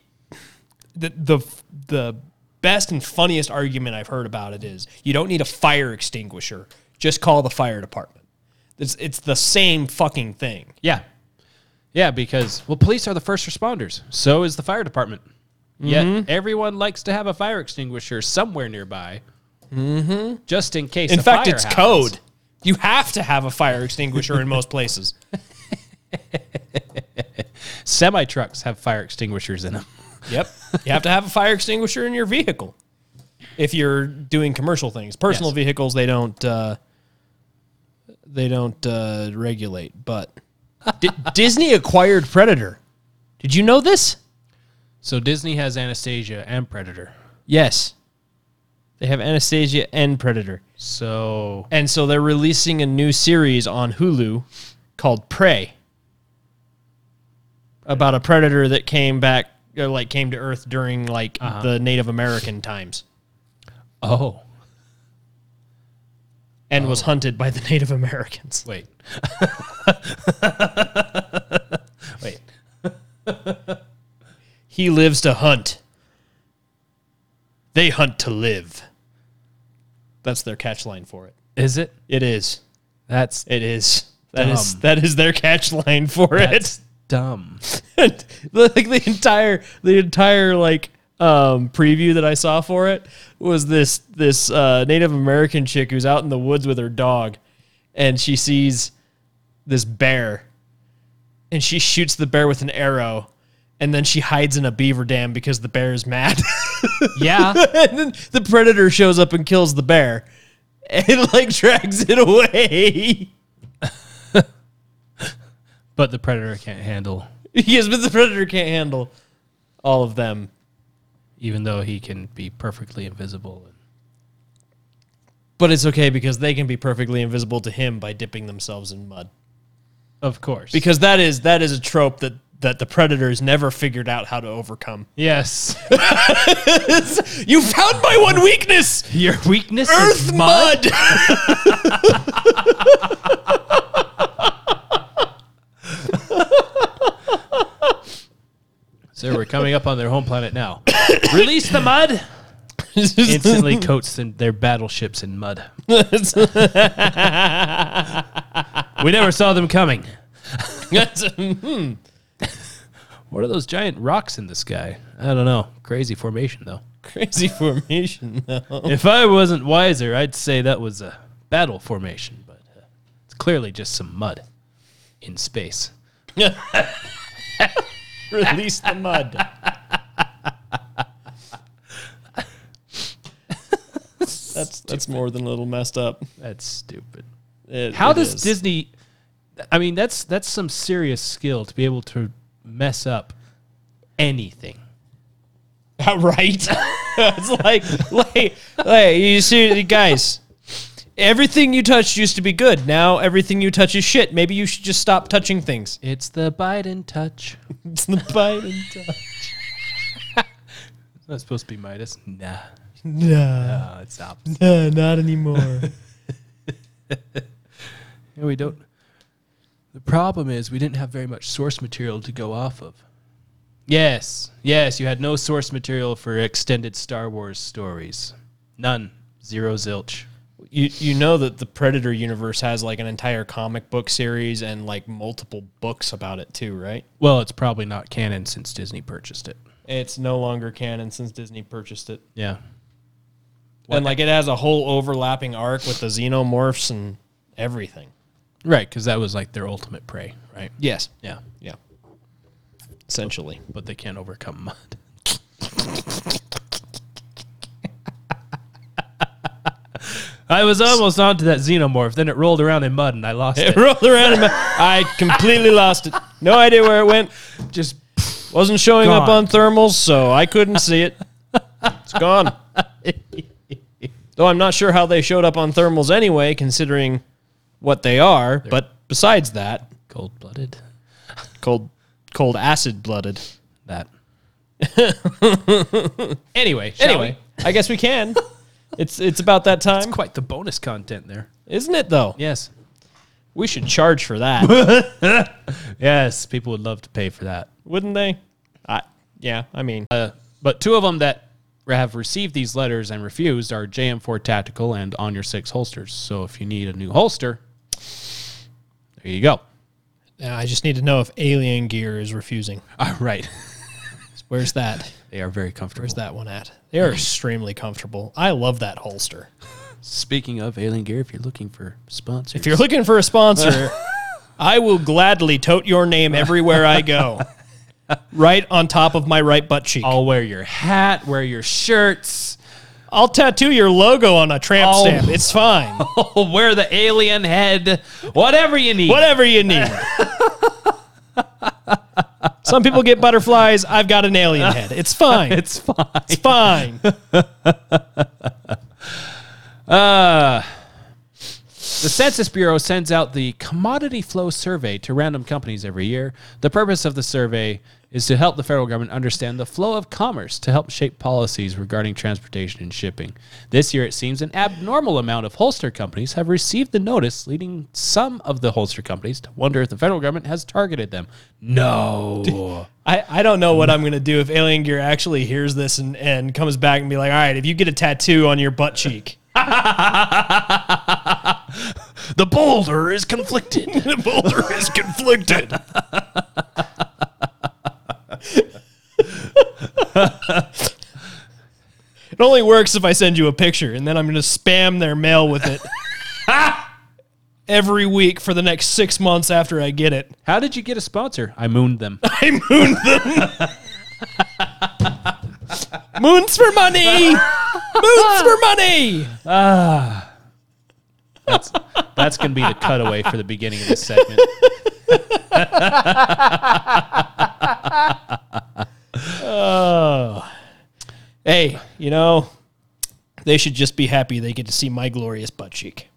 Speaker 3: the, the the best and funniest argument I've heard about it is you don't need a fire extinguisher, just call the fire department. It's, it's the same fucking thing.
Speaker 4: Yeah. Yeah, because well, police are the first responders. So is the Mm-hmm. fire department. Yet everyone likes to have a fire extinguisher somewhere nearby just Mm-hmm. in case.
Speaker 3: In
Speaker 4: a
Speaker 3: fact,
Speaker 4: fire
Speaker 3: it's
Speaker 4: happens.
Speaker 3: code. You have to have a fire extinguisher in most places.
Speaker 4: Semi trucks have fire extinguishers in them.
Speaker 3: Yep. You have to have a fire extinguisher in your vehicle if you're doing commercial things. Personal
Speaker 4: Yes.
Speaker 3: vehicles they don't uh, they don't uh, regulate. But Di- Disney acquired Predator. Did you know this?
Speaker 4: So Disney has Anastasia and Predator.
Speaker 3: Yes. They have Anastasia and Predator.
Speaker 4: So
Speaker 3: And so they're releasing a new series on Hulu called Prey about a predator that came back or like came to earth during like the Native American times
Speaker 4: Uh-huh. oh
Speaker 3: and was hunted by the Native Americans.
Speaker 4: wait, wait.
Speaker 3: He lives to hunt. They hunt to live. That's their catch line for it.
Speaker 4: Is it?
Speaker 3: It is.
Speaker 4: That's
Speaker 3: It is. That is
Speaker 4: Dumb.
Speaker 3: that is their catch line for it.
Speaker 4: that's dumb.
Speaker 3: And the- like the entire the entire like um preview that I saw for it was this this uh Native American chick who's out in the woods with her dog and she sees this bear and she shoots the bear with an arrow and then she hides in a beaver dam because the bear is mad.
Speaker 4: Yeah,
Speaker 3: and then the predator shows up and kills the bear and like drags it away.
Speaker 4: but the Predator can't handle,
Speaker 3: yes, but the predator can't handle all of them.
Speaker 4: even though he can be perfectly invisible.
Speaker 3: But it's okay because they can be perfectly invisible to him by dipping themselves in mud.
Speaker 4: Of course.
Speaker 3: Because that is that is a trope that that the predators never figured out how to overcome.
Speaker 4: yes,
Speaker 3: You found my one weakness,
Speaker 4: your weakness is
Speaker 3: earth mud.
Speaker 4: So we're coming up on their home planet now. Release the mud. Instantly coats in their battleships in mud. we never saw them coming. What are those giant rocks in the sky? I don't know. Crazy formation, though.
Speaker 3: Crazy formation. though.
Speaker 4: If I wasn't wiser, I'd say that was a battle formation, but uh, it's clearly just some mud in space.
Speaker 3: Release the mud. that's that's more than a little messed up.
Speaker 4: That's stupid.
Speaker 3: It-
Speaker 4: How
Speaker 3: it
Speaker 4: does
Speaker 3: is.
Speaker 4: Disney? I mean, that's that's some serious skill to be able to mess up anything.
Speaker 3: right? it's like, like, like, you see, guys, everything you touched used to be good. Now everything you touch is shit. Maybe you should just stop touching things.
Speaker 4: It's the Biden touch.
Speaker 3: It's the Biden touch.
Speaker 4: It's not supposed to be Midas. Nah,
Speaker 3: No,
Speaker 4: uh, it stops.
Speaker 3: no, not anymore.
Speaker 4: And we don't. The problem is we didn't have very much source material to go off of. Yes, yes, you had no source material for extended Star Wars stories. None. Zero zilch.
Speaker 3: you you know that the Predator universe has like an entire comic book series and like multiple books about it too, right?
Speaker 4: Well, it's probably not canon since Disney purchased it.
Speaker 3: It's no longer canon since Disney purchased it.
Speaker 4: Yeah.
Speaker 3: And like it has a whole overlapping arc with the xenomorphs and everything.
Speaker 4: Right, because that was like their ultimate prey, right?
Speaker 3: Yes.
Speaker 4: Yeah.
Speaker 3: Yeah. Essentially.
Speaker 4: But they can't overcome mud. I was almost onto that xenomorph. Then it rolled around in mud and I lost it.
Speaker 3: It rolled around in my. I completely lost it. No idea where it went.
Speaker 4: Just
Speaker 3: Wasn't showing up
Speaker 4: Gone.
Speaker 3: on thermals, so I couldn't see it. It's gone. Though I'm not sure how they showed up on thermals anyway, considering what they are. But besides that,
Speaker 4: cold blooded.
Speaker 3: cold, cold acid blooded.
Speaker 4: That. anyway, shall
Speaker 3: Anyway, I guess we can. It's it's about that time,
Speaker 4: we? quite the bonus content there.
Speaker 3: isn't it? Though
Speaker 4: Yes.
Speaker 3: we should charge for that,
Speaker 4: Yes, people would love to pay for that.
Speaker 3: wouldn't they? I, yeah, I mean, uh,
Speaker 4: But two of them that have received these letters and refused are JM4 Tactical and On Your Six holsters. So if you need a new holster, there you go.
Speaker 3: I just need to know if Alien Gear is refusing.
Speaker 4: All right.
Speaker 3: Where's that?
Speaker 4: They are very comfortable.
Speaker 3: Where's that one at? They are extremely comfortable. I love that holster.
Speaker 4: Speaking of Alien Gear, if you're looking for sponsors,
Speaker 3: If you're looking for a sponsor, I will gladly tote your name everywhere I go. Right on top of my right butt cheek. I'll,
Speaker 4: I'll wear your hat, wear your shirts,
Speaker 3: tattoo your logo on a tramp
Speaker 4: Oh.
Speaker 3: stamp. It's fine.
Speaker 4: I'll wear the alien head, whatever you need.
Speaker 3: Whatever you need. Some people get butterflies. I've got an alien head. It's fine. It's
Speaker 4: It's fine.
Speaker 3: fine.
Speaker 4: The Census Bureau sends out the Commodity Flow Survey to random companies every year. The purpose of the survey is to help the federal government understand the flow of commerce to help shape policies regarding transportation and shipping. This year, it seems an abnormal amount of holster companies have received the notice, leading some of the holster companies to wonder if the federal government has targeted them. No.
Speaker 3: I, I don't know what I'm gonna do if Alien Gear actually hears this and, and comes back and be like, all right, if you get a tattoo on your butt cheek,
Speaker 4: the boulder is conflicted.
Speaker 3: the boulder is conflicted. it only works if I send you a picture, and then I'm gonna spam their mail with it every week for the next six months after I get it.
Speaker 4: How did you get a sponsor? I mooned them.
Speaker 3: I mooned them. Moons for money. Moons for money.
Speaker 4: That's, that's going to be the cutaway for the beginning of this segment.
Speaker 3: Hey, you know, they should just be happy they get to see my glorious butt cheek.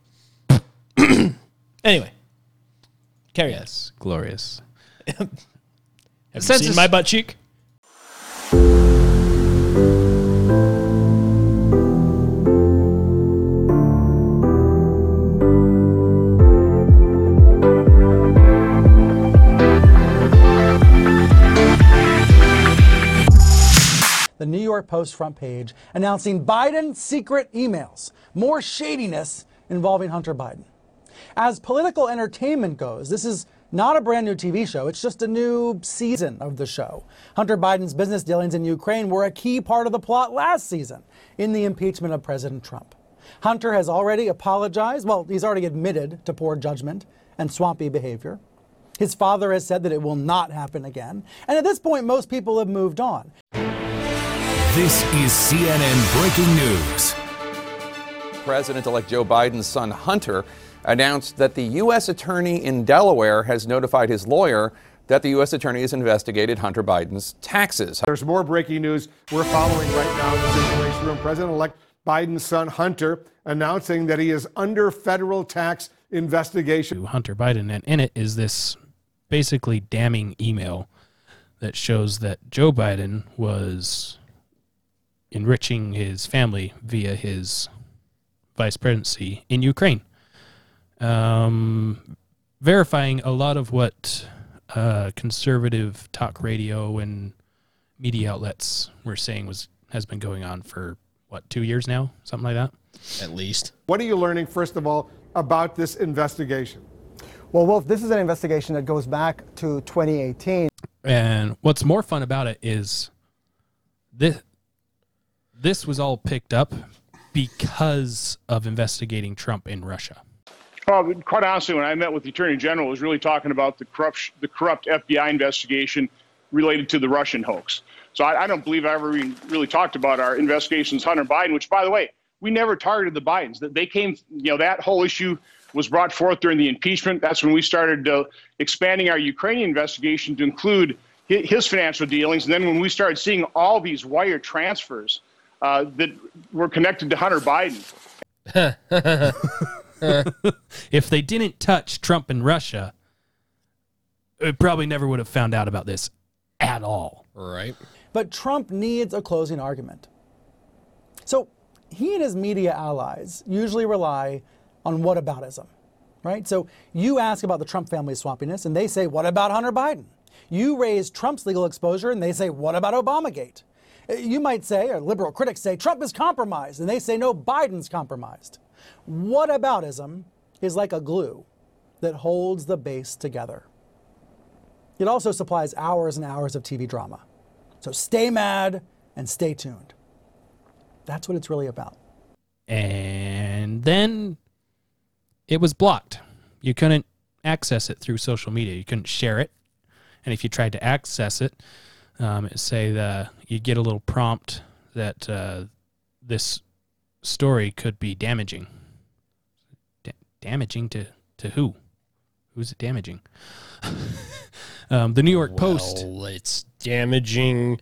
Speaker 3: anyway, carry on.
Speaker 4: Yes, glorious.
Speaker 3: Have you
Speaker 4: Census-
Speaker 3: seen my butt cheek?
Speaker 10: the New York Post front page announcing Biden secret emails, more shadiness involving Hunter Biden. As political entertainment goes, this is not a brand new TV show, it's just a new season of the show. Hunter Biden's business dealings in Ukraine were a key part of the plot last season in the impeachment of President Trump. Hunter has already apologized, well, he's already admitted to poor judgment and swampy behavior. His father has said that it will not happen again. And at this point, most people have moved on.
Speaker 11: This is CNN Breaking News.
Speaker 8: President elect Joe Biden's son Hunter announced that the U.S. attorney in Delaware has notified his lawyer that the U.S. attorney has investigated Hunter Biden's taxes.
Speaker 11: There's more breaking news we're following right now in the Situation Room. President elect Biden's son Hunter announcing that he is under federal tax investigation.
Speaker 4: to Hunter Biden, and in it is this basically damning email that shows that Joe Biden was enriching his family via his vice presidency in Ukraine, um, verifying a lot of what uh, conservative talk radio and media outlets were saying was has been going on for what two years now, something like that.
Speaker 3: At least.
Speaker 11: What are you learning, first of all, about this investigation?
Speaker 10: Well, Wolf, this is an investigation that goes back to 2018.
Speaker 4: And what's more fun about it is this this was all picked up because of investigating Trump in Russia.
Speaker 11: Well, quite honestly, when I met with the Attorney General, I was really talking about the corrupt, the corrupt FBI investigation related to the Russian hoax. So I, I don't believe I ever even really talked about our investigations, Hunter Biden, which, by the way, we never targeted the Bidens. That They came, you know, that whole issue was brought forth during the impeachment. That's when we started uh, expanding our Ukrainian investigation to include hi- his financial dealings. And then when we started seeing all these wire transfers uh, that were connected to Hunter Biden,
Speaker 4: If they didn't touch Trump in Russia, it probably never would have found out about this at all.
Speaker 3: Right.
Speaker 10: But Trump needs a closing argument. So he and his media allies usually rely on whataboutism, right? So you ask about the Trump family's swampiness, and they say, What about Hunter Biden? You raise Trump's legal exposure, and they say, What about Obamagate? Uh, You might say, or liberal critics say, Trump is compromised, and they say, No, Biden's compromised. Whataboutism is like a glue that holds the base together. It also supplies hours and hours of TV drama. So stay mad and stay tuned. That's what it's really about.
Speaker 4: and then it was blocked. You couldn't access it through social media. You couldn't share it, and if you tried to access it, um, it say the you get a little prompt that uh, this story could be damaging. Da- damaging to to who? Who's it damaging? um, the New York Post.
Speaker 3: Well, it's damaging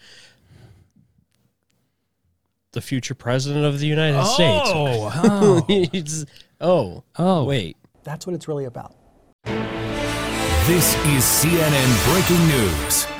Speaker 3: the future president of the United States.
Speaker 10: Oh, oh.
Speaker 3: It's- oh,
Speaker 4: oh,
Speaker 3: wait.
Speaker 10: That's what it's really about.
Speaker 8: This is CNN Breaking News.